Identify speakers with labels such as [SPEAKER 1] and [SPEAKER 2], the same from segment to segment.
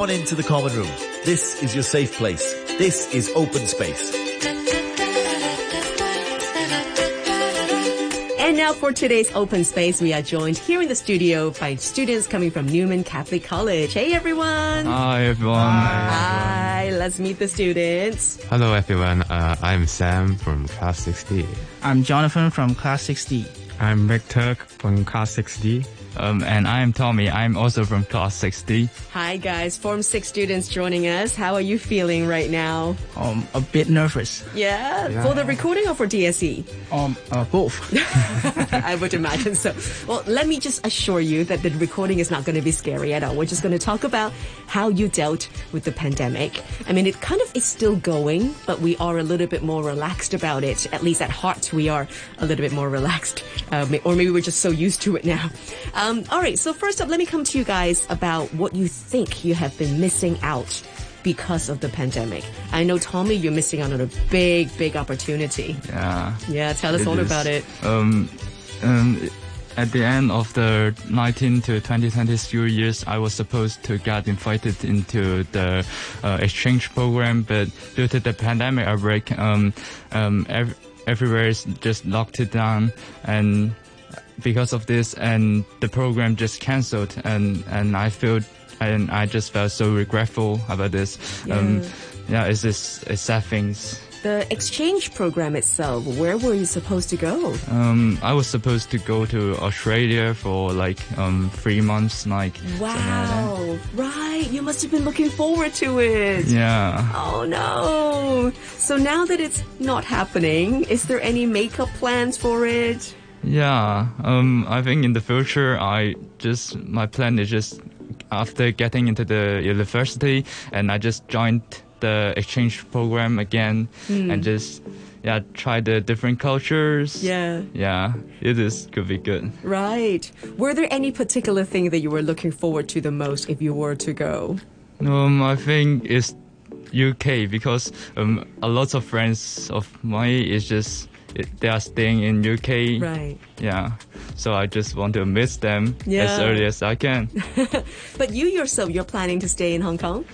[SPEAKER 1] on into the common room. This is your safe place. This is open space.
[SPEAKER 2] And now for today's open space, we are joined here in the studio by students coming from Newman Catholic College. Hey everyone!
[SPEAKER 3] Hi everyone.
[SPEAKER 2] Hi, let's meet the students.
[SPEAKER 4] Hello everyone, uh, I'm Sam from Class 60.
[SPEAKER 5] I'm Jonathan from Class 6D.
[SPEAKER 6] I'm Victor from Class 6D.
[SPEAKER 3] Um, and I'm Tommy. I'm also from class 6D.
[SPEAKER 2] Hi guys, Form 6 students joining us. How are you feeling right now?
[SPEAKER 5] Um, a bit nervous.
[SPEAKER 2] Yeah, for the recording or for E? DSE?
[SPEAKER 5] Um, uh, both.
[SPEAKER 2] I would imagine so. Well, let me just assure you that the recording is not going to be scary at all. We're just going to talk about how you dealt with the pandemic. I mean, it kind of is still going, but we are a little bit more relaxed about it. At least at heart, we are a little bit more relaxed. Uh, may- or maybe we're just so used to it now. Um, all right, so first up, let me come to you guys about what you think you have been missing out because of the pandemic. I know, Tommy, you're missing out on a big, big opportunity.
[SPEAKER 3] Yeah.
[SPEAKER 2] Yeah, tell us all
[SPEAKER 3] is.
[SPEAKER 2] about it.
[SPEAKER 3] Um, um, at the end of the 19 to 2020 school years, I was supposed to get invited into the uh, exchange program, but due to the pandemic outbreak, um, um, ev- everywhere is just locked it down, and because of this, and the program just cancelled, and and I feel. And I just felt so regretful about this. Um, yeah, it's just it's sad things.
[SPEAKER 2] The exchange program itself, where were you supposed to go?
[SPEAKER 3] Um, I was supposed to go to Australia for like um three months, like
[SPEAKER 2] Wow. Right. You must have been looking forward to it.
[SPEAKER 3] yeah.
[SPEAKER 2] Oh no. So now that it's not happening, is there any makeup plans for it?
[SPEAKER 3] Yeah. Um, I think in the future, I just my plan is just after getting into the university, and I just joined the exchange program again,
[SPEAKER 2] Hmm.
[SPEAKER 3] and just yeah try the different cultures.
[SPEAKER 2] Yeah.
[SPEAKER 3] Yeah, it is could be good.
[SPEAKER 2] Right. Were there any particular thing that you were looking forward to the most if you were to go?
[SPEAKER 3] Um, I think it's UK because um, a lot of friends of mine is just they are staying in UK.
[SPEAKER 2] Right.
[SPEAKER 3] Yeah. So I just want to miss them as
[SPEAKER 2] Yeah.
[SPEAKER 3] early as I can.
[SPEAKER 2] But you yourself, you're planning to stay in Hong Kong?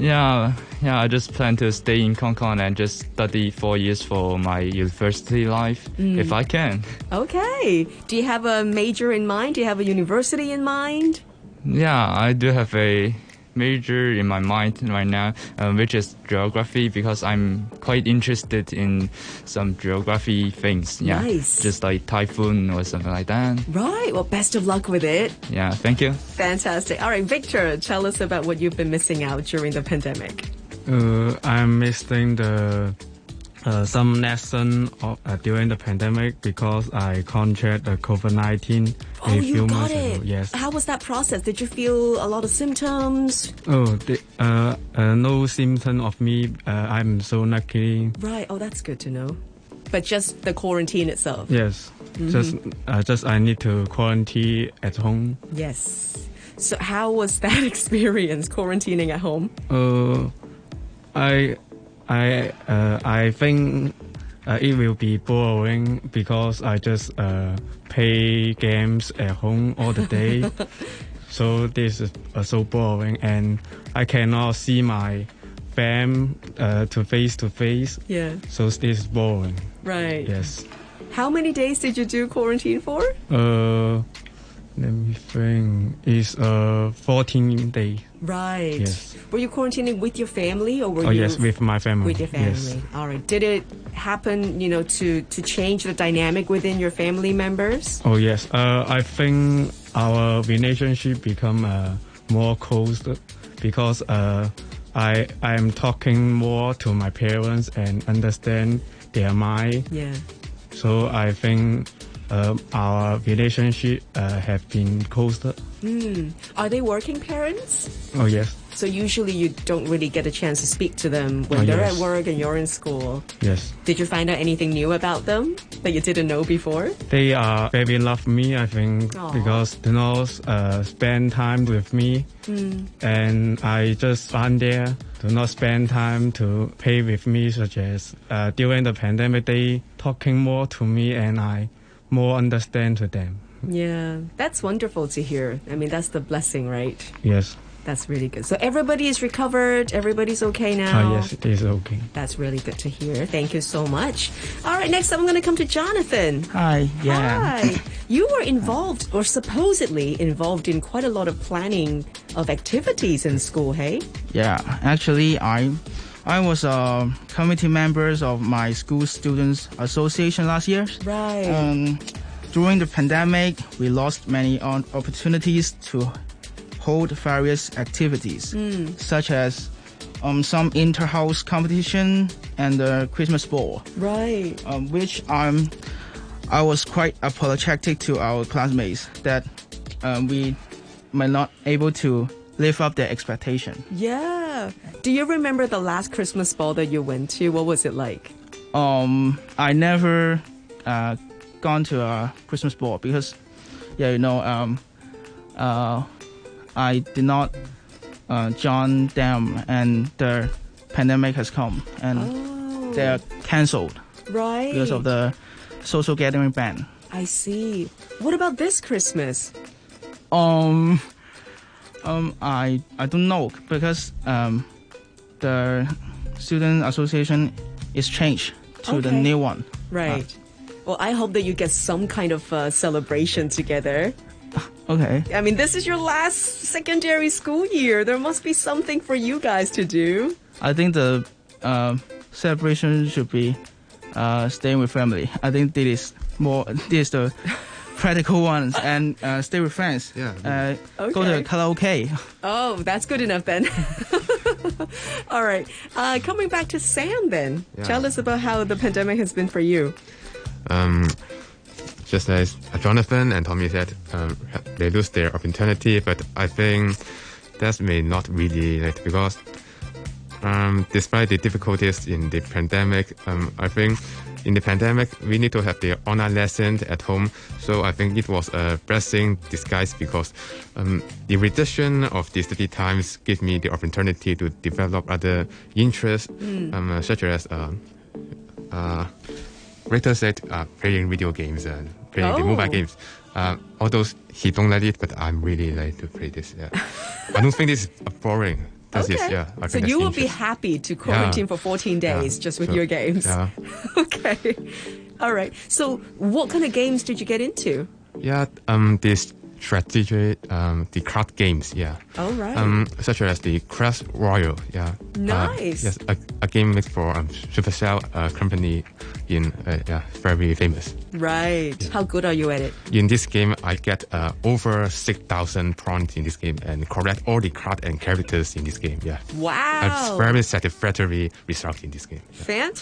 [SPEAKER 3] yeah. Yeah. I just plan to stay in Hong Kong and just study four years for my university life if
[SPEAKER 2] Mm.
[SPEAKER 3] I can.
[SPEAKER 2] Okay. Do you have a major in mind? Do you have a university in mind?
[SPEAKER 3] Yeah, I do have a major in my mind right now, uh, which is geography, because I'm quite interested in some geography things. Yeah,
[SPEAKER 2] Nice.
[SPEAKER 3] just like typhoon or something like that.
[SPEAKER 2] Right. Well, best of luck with it.
[SPEAKER 3] Yeah, thank you.
[SPEAKER 2] Fantastic. All right, Victor, tell us about what you've been missing out during the pandemic.
[SPEAKER 6] Uh, I'm missing the uh, some lesson of, uh, during the pandemic because I contract the COVID-19
[SPEAKER 2] Oh,
[SPEAKER 6] a few
[SPEAKER 2] you got
[SPEAKER 6] months
[SPEAKER 2] it.
[SPEAKER 6] ago. Yes.
[SPEAKER 2] How was that process? Did you feel a lot of symptoms?
[SPEAKER 6] Oh, the, uh, uh, no symptom of me. Uh, I'm so lucky.
[SPEAKER 2] Right. Oh, that's good to know. But just the quarantine itself.
[SPEAKER 6] Yes.
[SPEAKER 2] Mm-hmm.
[SPEAKER 6] Just, uh, just I need to quarantine at home.
[SPEAKER 2] Yes. So, how was that experience quarantining at home?
[SPEAKER 6] Uh, I, I, uh, I think uh, it will be boring because I just uh, play games at home all the day. so this is uh, so boring, and I cannot see my fam uh, to face to face.
[SPEAKER 2] Yeah.
[SPEAKER 6] So this is boring.
[SPEAKER 2] Right.
[SPEAKER 6] Yes.
[SPEAKER 2] How many days did you do quarantine for?
[SPEAKER 6] Uh, let me think. It's uh 14 day.
[SPEAKER 2] Right.
[SPEAKER 6] Yes.
[SPEAKER 2] Were you quarantining with your family or were
[SPEAKER 6] Oh
[SPEAKER 2] you
[SPEAKER 6] yes, with my family.
[SPEAKER 2] with your family?
[SPEAKER 6] Yes.
[SPEAKER 2] All right. Did it happen, you know, to to change the dynamic within your family members?
[SPEAKER 6] Oh yes, uh, I think our relationship become uh, more close because uh, I I am talking more to my parents and understand their mind.
[SPEAKER 2] Yeah.
[SPEAKER 6] So I think uh, our relationship uh, have been closer.
[SPEAKER 2] Are they working parents?
[SPEAKER 6] Oh yes,
[SPEAKER 2] So usually you don't really get a chance to speak to them when
[SPEAKER 6] Oh,
[SPEAKER 2] they're
[SPEAKER 6] yes.
[SPEAKER 2] at work and you're in school.
[SPEAKER 6] yes.
[SPEAKER 2] Did you find out anything new about them that you didn't know before?
[SPEAKER 6] They are very love me. I think
[SPEAKER 2] Aw.
[SPEAKER 6] because they know uh, spend time with me, and I just find there do not spend time to play with me. Such as uh, during the pandemic, they talking more to me, and I more understand to them.
[SPEAKER 2] Yeah, that's wonderful to hear. I mean, that's the blessing, right?
[SPEAKER 6] Yes.
[SPEAKER 2] That's really good. So everybody is recovered. Everybody's okay now.
[SPEAKER 6] Ah, yes, it's okay.
[SPEAKER 2] That's really good to hear. Thank you so much. All right, next I'm going to come to Jonathan.
[SPEAKER 5] Hi. Yeah.
[SPEAKER 2] Hi. You were involved, or supposedly involved, in quite a lot of planning of activities in school, hey?
[SPEAKER 5] Yeah. Actually, I I was a committee members of my school students association last year.
[SPEAKER 2] Right.
[SPEAKER 5] Um, during the pandemic, we lost many on- opportunities to hold various activities,
[SPEAKER 2] Hmm.
[SPEAKER 5] such as um, some inter-house competition and the Christmas ball.
[SPEAKER 2] Right.
[SPEAKER 5] um, which um, I was quite apologetic to our classmates that um, we might not able to live up their expectation.
[SPEAKER 2] Yeah. Do you remember the last Christmas ball that you went to? What was it like?
[SPEAKER 5] Um, I never uh, gone to a Christmas ball because, yeah, you know, um, uh, I did not uh, join them, and the pandemic has come, and
[SPEAKER 2] Oh.
[SPEAKER 5] they Mm. are cancelled
[SPEAKER 2] Right.
[SPEAKER 5] because of the social gathering ban.
[SPEAKER 2] I see. What about this Christmas?
[SPEAKER 5] Um, um, I I don't know because um, the student association is changed to the
[SPEAKER 2] Okay.
[SPEAKER 5] new one.
[SPEAKER 2] Right.
[SPEAKER 5] Ah.
[SPEAKER 2] Well, I hope that you get some kind of uh, celebration together.
[SPEAKER 5] Okay.
[SPEAKER 2] I mean, this is your last secondary school year. There must be something for you guys to do.
[SPEAKER 5] I think the uh, celebration should be uh, staying with family. I think this is more this is the practical ones and uh, stay with friends.
[SPEAKER 4] Yeah.
[SPEAKER 5] Uh, Go
[SPEAKER 2] Okay.
[SPEAKER 5] to karaoke.
[SPEAKER 2] Oh, that's good enough then. All right. Uh, coming back to Sam then.
[SPEAKER 4] Yeah.
[SPEAKER 2] Tell us about how the pandemic has been for you.
[SPEAKER 4] Um, just as Jonathan and Tommy said, um, they lose their opportunity, but I think that may not really like because um, despite the difficulties in the pandemic, um, I think in the pandemic we need to have the online lesson at home. So I think it was a blessing disguise because um, the reduction of the study times gave me the opportunity to develop other interests,
[SPEAKER 2] Hmm.
[SPEAKER 4] um, uh, such as. Uh, uh, Rita said uh, playing video games and playing the
[SPEAKER 2] Oh.
[SPEAKER 4] mobile games. Uh, although he don't like it, but I'm really like to play this. Yeah, I don't think this is boring. This is yeah. I
[SPEAKER 2] so
[SPEAKER 4] think
[SPEAKER 2] you
[SPEAKER 4] that's
[SPEAKER 2] will be
[SPEAKER 4] interest-
[SPEAKER 2] happy to quarantine for 14
[SPEAKER 4] Yeah.
[SPEAKER 2] days just with
[SPEAKER 4] So-
[SPEAKER 2] your games.
[SPEAKER 4] Yeah.
[SPEAKER 2] okay. All right. So what kind of games did you get into?
[SPEAKER 4] Yeah, um, this strategy, um, the card games, yeah.
[SPEAKER 2] All right.
[SPEAKER 4] Um, such as the Crash Royale, yeah. Uh,
[SPEAKER 2] Nice.
[SPEAKER 4] yes, a, a game made for um, Supercell uh, company in, uh, yeah, very famous.
[SPEAKER 2] right. How good are you at it?
[SPEAKER 4] In this game, I get uh, over 6,000 points in this game and collect all the cards and characters in this game, yeah.
[SPEAKER 2] Wow.
[SPEAKER 4] A very satisfactory result in this game.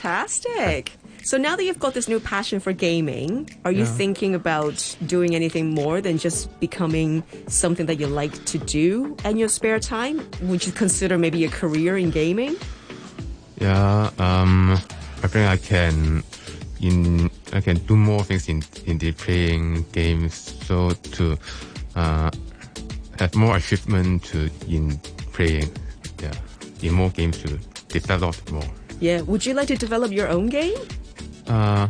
[SPEAKER 2] Fantastic. So now that you've got this new passion for gaming, are you
[SPEAKER 4] Yeah.
[SPEAKER 2] thinking about doing anything more than just becoming something that you like to do in your spare time? Would you consider maybe a career in gaming?
[SPEAKER 4] Yeah, um, I think I can in I can do more things in in the playing games, so to uh, have more achievement to in playing, yeah, in more games to develop more.
[SPEAKER 2] Yeah. Would you like to develop your own game?
[SPEAKER 4] Uh,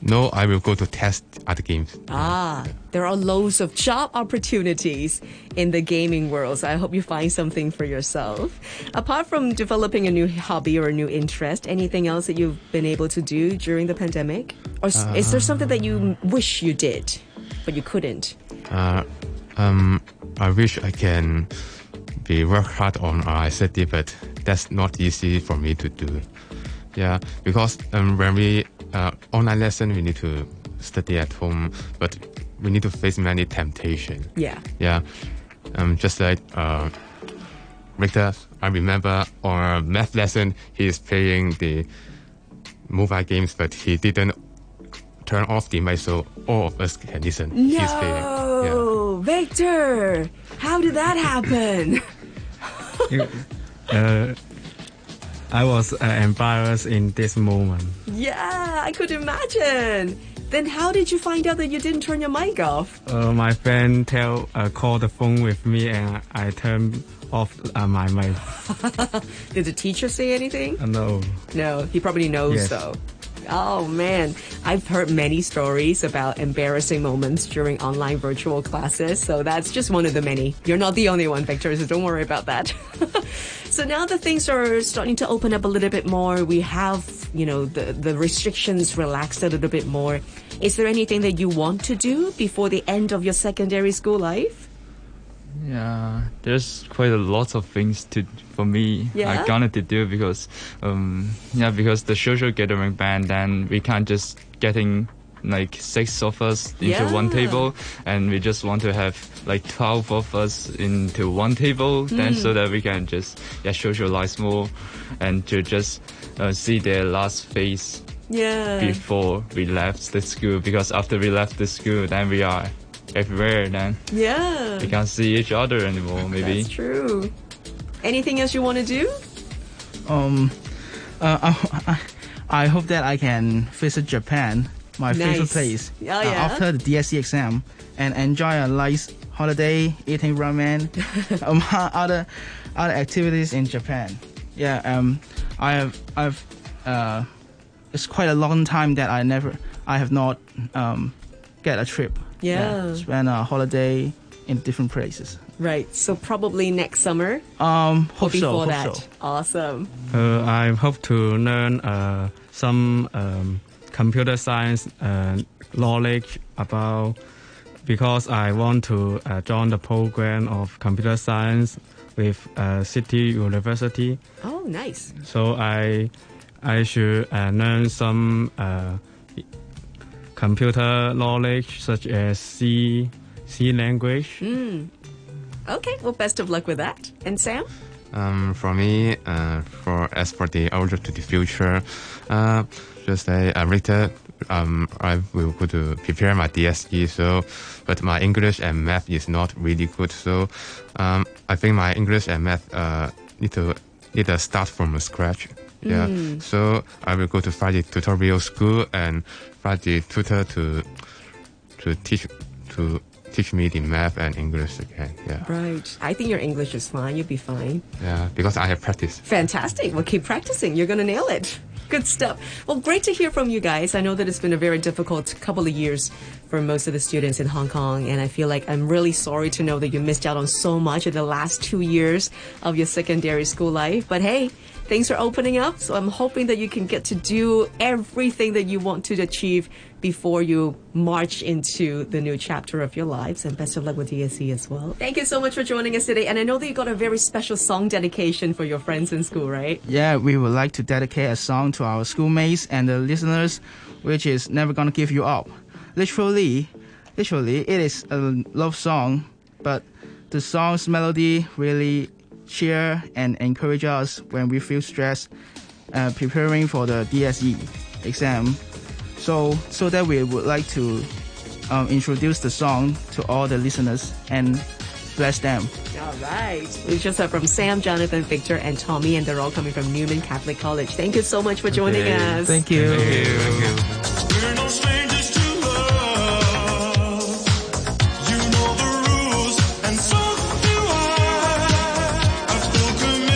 [SPEAKER 4] no, I will go to test other games.
[SPEAKER 2] Ah, there are loads of job opportunities in the gaming world, so I hope you find something for yourself. Apart from developing a new hobby or a new interest, anything else that you've been able to do during the pandemic? Or s is there something that you wish you did, but you couldn't?
[SPEAKER 4] Uh, um, I wish I can be work hard on our city, but that's not easy for me to do. Yeah, because um, when we uh, online lesson, we need to study at home, but we need to face many temptation.
[SPEAKER 2] Yeah.
[SPEAKER 4] Yeah, um, just like uh, Victor, I remember our math lesson, he is playing the mobile games, but he didn't turn off the mic, so all of us can listen. He's playing. Yeah.
[SPEAKER 2] No, Victor, how did that happen?
[SPEAKER 6] You- uh, I was uh, embarrassed in this moment.
[SPEAKER 2] yeah, I could imagine. Then how did you find out that you didn't turn your mic off?
[SPEAKER 6] Uh, my friend tell uh, call the phone with me, and I, I turn off uh, my mic.
[SPEAKER 2] Did the teacher say anything?
[SPEAKER 6] Uh, no,
[SPEAKER 2] No, he probably knows
[SPEAKER 6] Yes.
[SPEAKER 2] though. Oh man, I've heard many stories about embarrassing moments during online virtual classes, so that's just one of the many. You're not the only one, Victor, so don't worry about that. so now that things are starting to open up a little bit more, we have, you know, the, the restrictions relaxed a little bit more. Is there anything that you want to do before the end of your secondary school life?
[SPEAKER 3] Yeah, there's quite a lot of things to for me.
[SPEAKER 2] Yeah?
[SPEAKER 3] I gonna to do because, um, yeah, because the social gathering band, then we can't just getting like six of us into one
[SPEAKER 2] Yeah.
[SPEAKER 3] table, and we just want to have like twelve of us into one table, then
[SPEAKER 2] Hmm.
[SPEAKER 3] so that we can just yeah socialize more, and to just uh, see their last face
[SPEAKER 2] Yeah.
[SPEAKER 3] before we left the school. Because after we left the school, then we are everywhere then
[SPEAKER 2] Yeah.
[SPEAKER 3] we can't see each other anymore. Maybe
[SPEAKER 2] Hmm. That's true. Anything else you want to do?
[SPEAKER 5] Um, uh, I, I hope that I can visit Japan, my favorite
[SPEAKER 2] Nice.
[SPEAKER 5] place,
[SPEAKER 2] Oh,
[SPEAKER 5] uh,
[SPEAKER 2] yeah?
[SPEAKER 5] after the DSE exam and enjoy a nice holiday eating ramen, um, other other activities in Japan. Yeah, um, I have I've uh, it's quite a long time that I never I have not um get a trip.
[SPEAKER 2] Yeah.
[SPEAKER 5] spend a holiday in different places.
[SPEAKER 2] Right. So probably next summer
[SPEAKER 5] Um,
[SPEAKER 2] or
[SPEAKER 5] hope so,
[SPEAKER 2] before
[SPEAKER 5] hope
[SPEAKER 2] that.
[SPEAKER 5] so.
[SPEAKER 2] Awesome.
[SPEAKER 6] Uh, I hope to learn uh, some um, computer science uh, knowledge about because I want to uh, join the program of computer science with uh, City University.
[SPEAKER 2] Oh, nice.
[SPEAKER 6] So I I should uh, learn some uh, computer knowledge such as C C language.
[SPEAKER 2] Okay. Well, best of luck with that. And Sam?
[SPEAKER 4] Um, for me, uh, for as for the outlook to the future, uh, just I uh, later um, I will go to prepare my DSE. So, but my English and math is not really good. So, um, I think my English and math uh, need to need to start from scratch. Yeah. So I will go to Friday tutorial school and Friday tutor to to teach to teach me the math and English again. Yeah.
[SPEAKER 2] Right. I think your English is fine. You'll be fine.
[SPEAKER 4] Yeah. Because I have practiced.
[SPEAKER 2] Fantastic. Well, keep practicing. You're going to nail it. Good stuff. Well, great to hear from you guys. I know that it's been a very difficult couple of years for most of the students in Hong Kong, and I feel like I'm really sorry to know that you missed out on so much in the last two years of your secondary school life. But hey, things are opening up, so I'm hoping that you can get to do everything that you want to achieve before you march into the new chapter of your lives. And best of luck with DSE as well. Thank you so much for joining us today. And I know that you got a very special song dedication for your friends in school, right?
[SPEAKER 5] Yeah, we would like to dedicate a song to our schoolmates and the listeners, which is Never Gonna Give You Up. Literally, literally, it is a love song, but the song's melody really cheer and encourage us when we feel stressed uh, preparing for the DSE exam. So, so that we would like to um, introduce the song to all the listeners and bless them.
[SPEAKER 2] All right. We just heard from Sam, Jonathan, Victor, and Tommy, and they're all coming from Newman Catholic College. Thank you so much for joining us.
[SPEAKER 5] Thank you.
[SPEAKER 7] We're no strangers.